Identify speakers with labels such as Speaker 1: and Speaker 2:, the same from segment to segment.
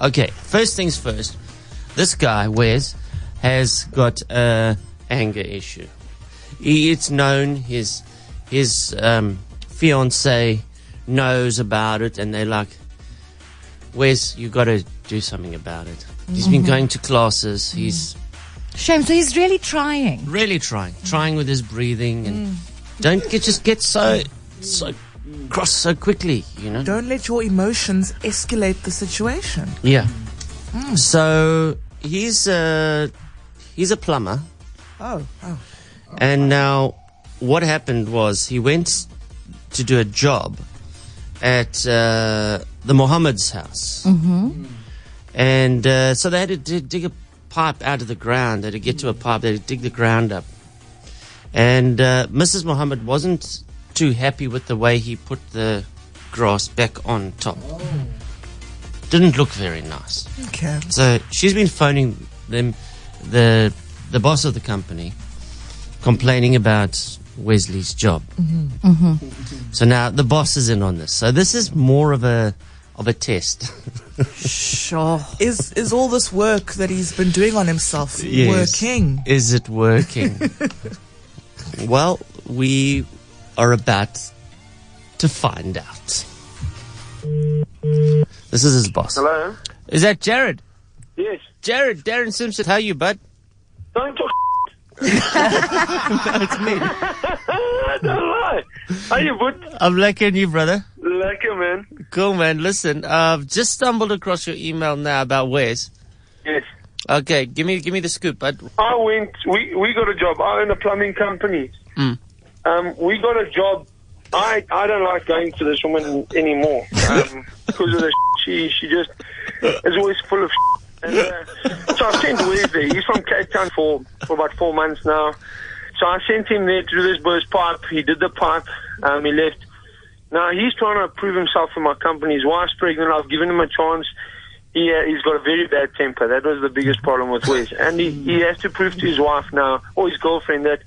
Speaker 1: Okay, first things first. This guy, Wes, has got a anger issue. He, it's known. His his um, fiance knows about it, and they're like, "Wes, you got to do something about it." He's been going to classes. He's
Speaker 2: Shame. So he's really trying.
Speaker 1: really trying, trying with his breathing, and don't get, just get so so cross so quickly, you know.
Speaker 3: Don't let your emotions escalate the situation.
Speaker 1: Yeah. So he's a he's a plumber,
Speaker 3: Oh, oh.
Speaker 1: and now what happened was he went to do a job at uh, the Mohammed's house, mm-hmm. and uh, so they had to d- dig a pipe out of the ground. They had to get to a pipe. They had to dig the ground up, and uh, Mrs. Mohammed wasn't too happy with the way he put the grass back on top. Didn't look very nice.
Speaker 3: Okay.
Speaker 1: So she's been phoning them, the the boss of the company, complaining about Wesley's job. Mm-hmm. Mm-hmm. So now the boss is in on this. So this is more of a of a test.
Speaker 2: Sure.
Speaker 3: Is is all this work that he's been doing on himself working?
Speaker 1: Is it working? well, we are about to find out. This is his boss.
Speaker 4: Hello?
Speaker 1: Is that Jared?
Speaker 4: Yes.
Speaker 1: Jared, Darren Simpson, how you, bud?
Speaker 4: Don't talk That's me. I don't lie. Are you good?
Speaker 1: I'm liking you, brother.
Speaker 4: Like a man.
Speaker 1: Cool, man. Listen, I've just stumbled across your email now about Wes.
Speaker 4: Yes.
Speaker 1: Okay, give me give me the scoop, bud.
Speaker 4: I went, we, we got a job. I own a plumbing company.
Speaker 1: Mm.
Speaker 4: Um, we got a job. I, I don't like going to this woman anymore um, because of the she, she just is always full of and, uh, So I sent Wes there. He's from Cape Town for, for about four months now. So I sent him there to do this boy's pipe. He did the pipe. Um, he left. Now he's trying to prove himself for my company. His wife's pregnant. I've given him a chance. He, uh, he's got a very bad temper. That was the biggest problem with Wes. And he, he has to prove to his wife now, or his girlfriend, that,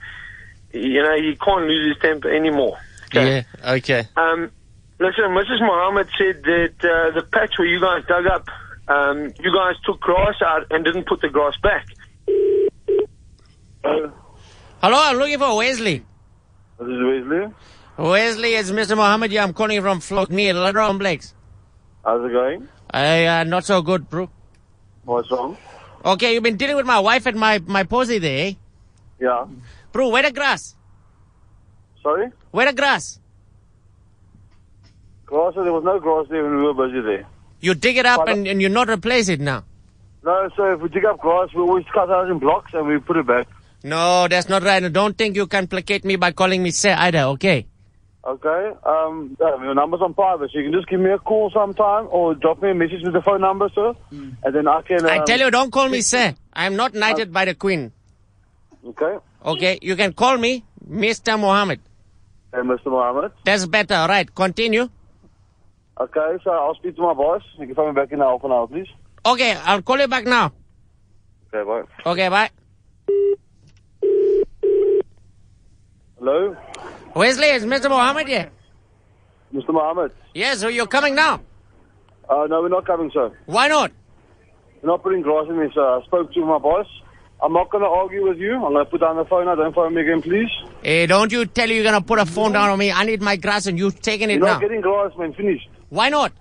Speaker 4: you know, he can't lose his temper anymore. Okay.
Speaker 1: Yeah, okay.
Speaker 4: Um, listen, Mrs. Mohammed said that uh, the patch where you guys dug up, um, you guys took grass out and didn't put the grass back.
Speaker 5: Hello,
Speaker 1: Hello, I'm looking for Wesley.
Speaker 5: this is Wesley.
Speaker 1: Wesley, it's Mr. Mohammed here. I'm calling you from Flock near Ladron Blakes.
Speaker 5: How's it going?
Speaker 1: I uh, not so good, bro.
Speaker 5: What's wrong?
Speaker 1: Okay, you've been dealing with my wife and my, my posy there, eh?
Speaker 5: Yeah.
Speaker 1: Bro, where the grass?
Speaker 5: Sorry?
Speaker 1: Where the grass?
Speaker 5: Grass, there was no grass there when we were busy there.
Speaker 1: You dig it up
Speaker 5: Pardon?
Speaker 1: and, and you not replace it now.
Speaker 5: No, so if we dig up grass, we always cut out in blocks and we put it back.
Speaker 1: No, that's not right. Don't think you can placate me by calling me sir either, okay?
Speaker 5: Okay? Um, yeah, your number's on private, so you can just give me a call sometime or drop me a message with the phone number, sir. And then I can. Um,
Speaker 1: Hmm. I tell you, don't call me sir. I'm not knighted by the queen.
Speaker 5: um, Okay?
Speaker 1: Okay, you can call me Mr. Mohammed.
Speaker 5: Hey, Mr. Mohammed.
Speaker 1: That's better. All right, continue.
Speaker 5: Okay, so I'll speak to my boss. You can phone me back in half an hour, please.
Speaker 1: Okay, I'll call you back now.
Speaker 5: Okay, bye.
Speaker 1: Okay, bye.
Speaker 5: Hello?
Speaker 1: Wesley, is Mr. Mohammed here?
Speaker 5: Mr. Mohammed?
Speaker 1: Yes, so you're coming now.
Speaker 5: Uh, no, we're not coming, sir.
Speaker 1: Why not?
Speaker 5: You're not putting grass in this. Uh, I spoke to my boss. I'm not going to argue with you. I'm going to put down the phone now. Don't phone me again, please.
Speaker 1: Hey, Eh, don't you tell you you're gonna put a phone down on me. I need my grass and you taking it
Speaker 5: You're
Speaker 1: now.
Speaker 5: not getting grass, man. Finished.
Speaker 1: Why not?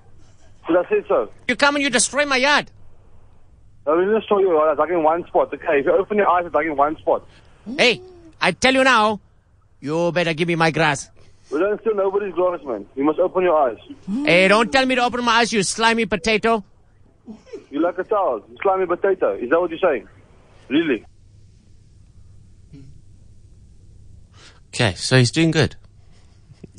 Speaker 5: Did I say so?
Speaker 1: You come and you destroy my yard.
Speaker 5: I will just show you all. It's like in one spot. Okay, if you open your eyes, it's like in one spot.
Speaker 1: Hey, I tell you now, you better give me my grass.
Speaker 5: We don't steal nobody's grass, man. You must open your eyes.
Speaker 1: Hey, Eh, don't tell me to open my eyes, you slimy potato.
Speaker 5: You're like a child. You slimy potato. Is that what you're saying? Really?
Speaker 1: Okay, so he's doing good.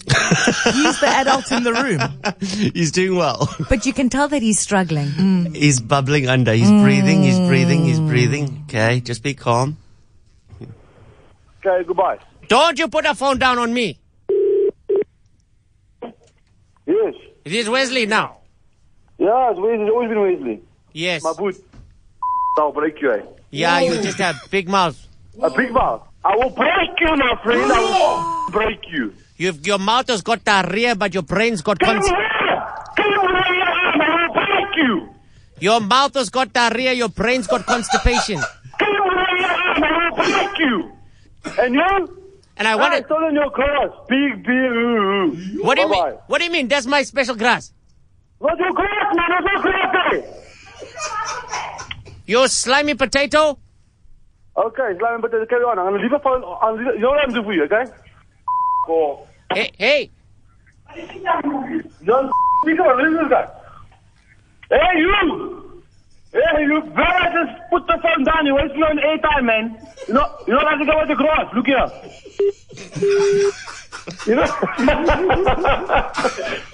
Speaker 3: He's the adult in the room.
Speaker 1: He's doing well.
Speaker 2: But you can tell that he's struggling.
Speaker 1: He's bubbling under. He's breathing. He's breathing.
Speaker 6: Mm.
Speaker 1: He's breathing. Okay, just be calm.
Speaker 5: Okay, goodbye.
Speaker 1: Don't you put a phone down on me.
Speaker 5: Yes.
Speaker 1: It is Wesley now.
Speaker 5: Yeah, it's Wesley. It's always been Wesley.
Speaker 1: Yes.
Speaker 5: My boot. I'll break you, eh?
Speaker 1: Yeah, you just have big mouth.
Speaker 5: A big mouth. I will break you, my friend. I will break you.
Speaker 1: You've, your mouth has got diarrhea, but your brain's got.
Speaker 5: Come
Speaker 1: Cons-
Speaker 5: here! Come here! I will break you!
Speaker 1: Your mouth has got diarrhea, your brain's got constipation.
Speaker 6: Fuck you. And you?
Speaker 1: And I
Speaker 6: I
Speaker 1: want to.
Speaker 6: still in your class. Big B. ooh, ooh.
Speaker 1: What do you mean?
Speaker 6: Bye-bye.
Speaker 1: What do you mean? That's my special grass.
Speaker 6: What's your class, man? What's your class, eh?
Speaker 1: Your slimy potato.
Speaker 6: Okay, Slam, but uh, carry on. I'm gonna leave a phone. I'll leave, you know what I'm doing for you, okay? Cool.
Speaker 1: Hey, hey.
Speaker 6: Don't speak about this is that. Hey, you! Hey, you better just put the phone down. You're wasting on air time, man. You know, you know, I think about the cross. Look here. you know?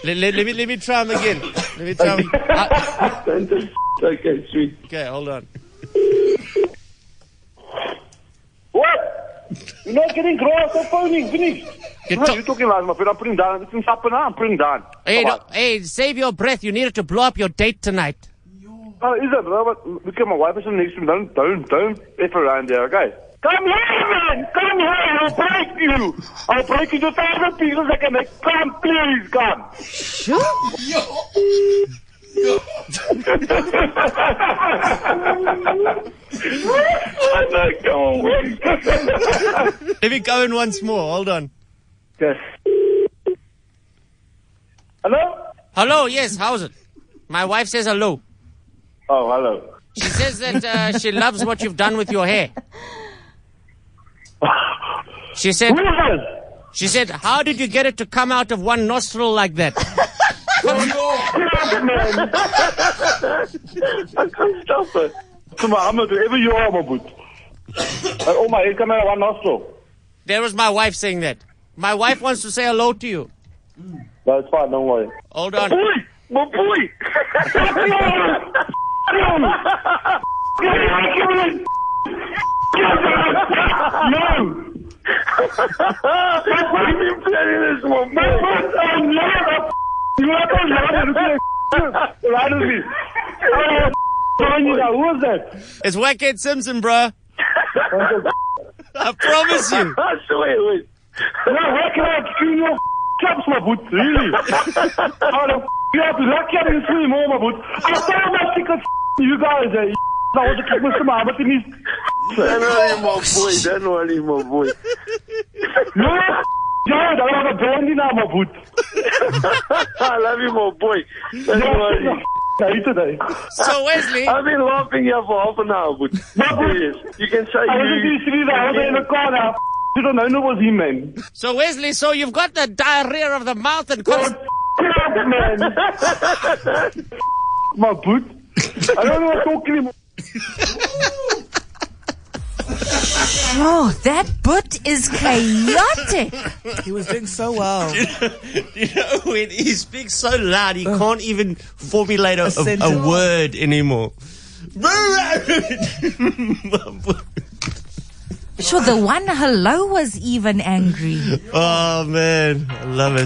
Speaker 1: Let, let, let me let me try him again. Let me try him. I-
Speaker 6: Don't just- okay, sweet.
Speaker 1: okay, hold on.
Speaker 6: What? You're not getting gross. I'm phoning. Finished.
Speaker 1: You
Speaker 6: You know,
Speaker 1: talk-
Speaker 6: you're talking about my friend. I'm putting down. It's in supper now. I'm putting down.
Speaker 1: Hey,
Speaker 6: Come on.
Speaker 1: no, hey, save your breath. You need it to blow up your date tonight.
Speaker 6: Oh, is it? No, but look at my wife is sitting next to me. Don't, don't, don't F around there, okay? Come here, man! Come here! I'll break you! I'll break you to thousand pieces like I make. Come, please, come! I'm not going.
Speaker 1: Let me go in once more. Hold on.
Speaker 6: Yes. Hello?
Speaker 1: Hello. Yes. How's it? My wife says hello.
Speaker 6: Oh, hello.
Speaker 1: She says that uh, she loves what you've done with your hair. She said.
Speaker 6: Who is this?
Speaker 1: She said, "How did you get it to come out of one nostril like that?"
Speaker 6: I can't stop it. Come on, I'm gonna do whatever you are, my boot. oh my, come out of one nostril.
Speaker 1: There was my wife saying that. My wife wants to say hello to you.
Speaker 6: No, it's fine, don't worry.
Speaker 1: Hold on.
Speaker 6: boy, my boy. no. I've been planning this one. My foot, I'm not. You are the é louder. Louder me. Who was that?
Speaker 1: It's Wackhead Simpson, bruh. I promise you.
Speaker 6: Wait, wait. No, where can I clean your chops, my boot? Really? How the you have to lock your in three more, my boot. I thought my tickets, you guys, eh? I want to kick Mr. Muhammad in his.
Speaker 4: Don't worry, my boy. Don't worry, my boy.
Speaker 6: No, Jared, I have a brandy now, my boot.
Speaker 4: I love you, my boy. Don't
Speaker 6: No,
Speaker 4: worry.
Speaker 6: Hey, today.
Speaker 1: So Wesley,
Speaker 4: I've been laughing here for half an hour, but serious. You can say
Speaker 6: I was in
Speaker 4: you.
Speaker 6: these three that I was in nou. the car now. You don't know it was him, man.
Speaker 1: so Wesley, so you've got the diarrhea of the mouth and const-
Speaker 6: Crap, man. My boot. I don't know what talking about.
Speaker 2: Oh, that boot is chaotic.
Speaker 3: He was doing so well.
Speaker 1: You know, when he speaks so loud, he can't even formulate a, a,
Speaker 3: sentence.
Speaker 1: a word anymore.
Speaker 2: Sure, the one hello was even angry.
Speaker 1: oh man, I love it.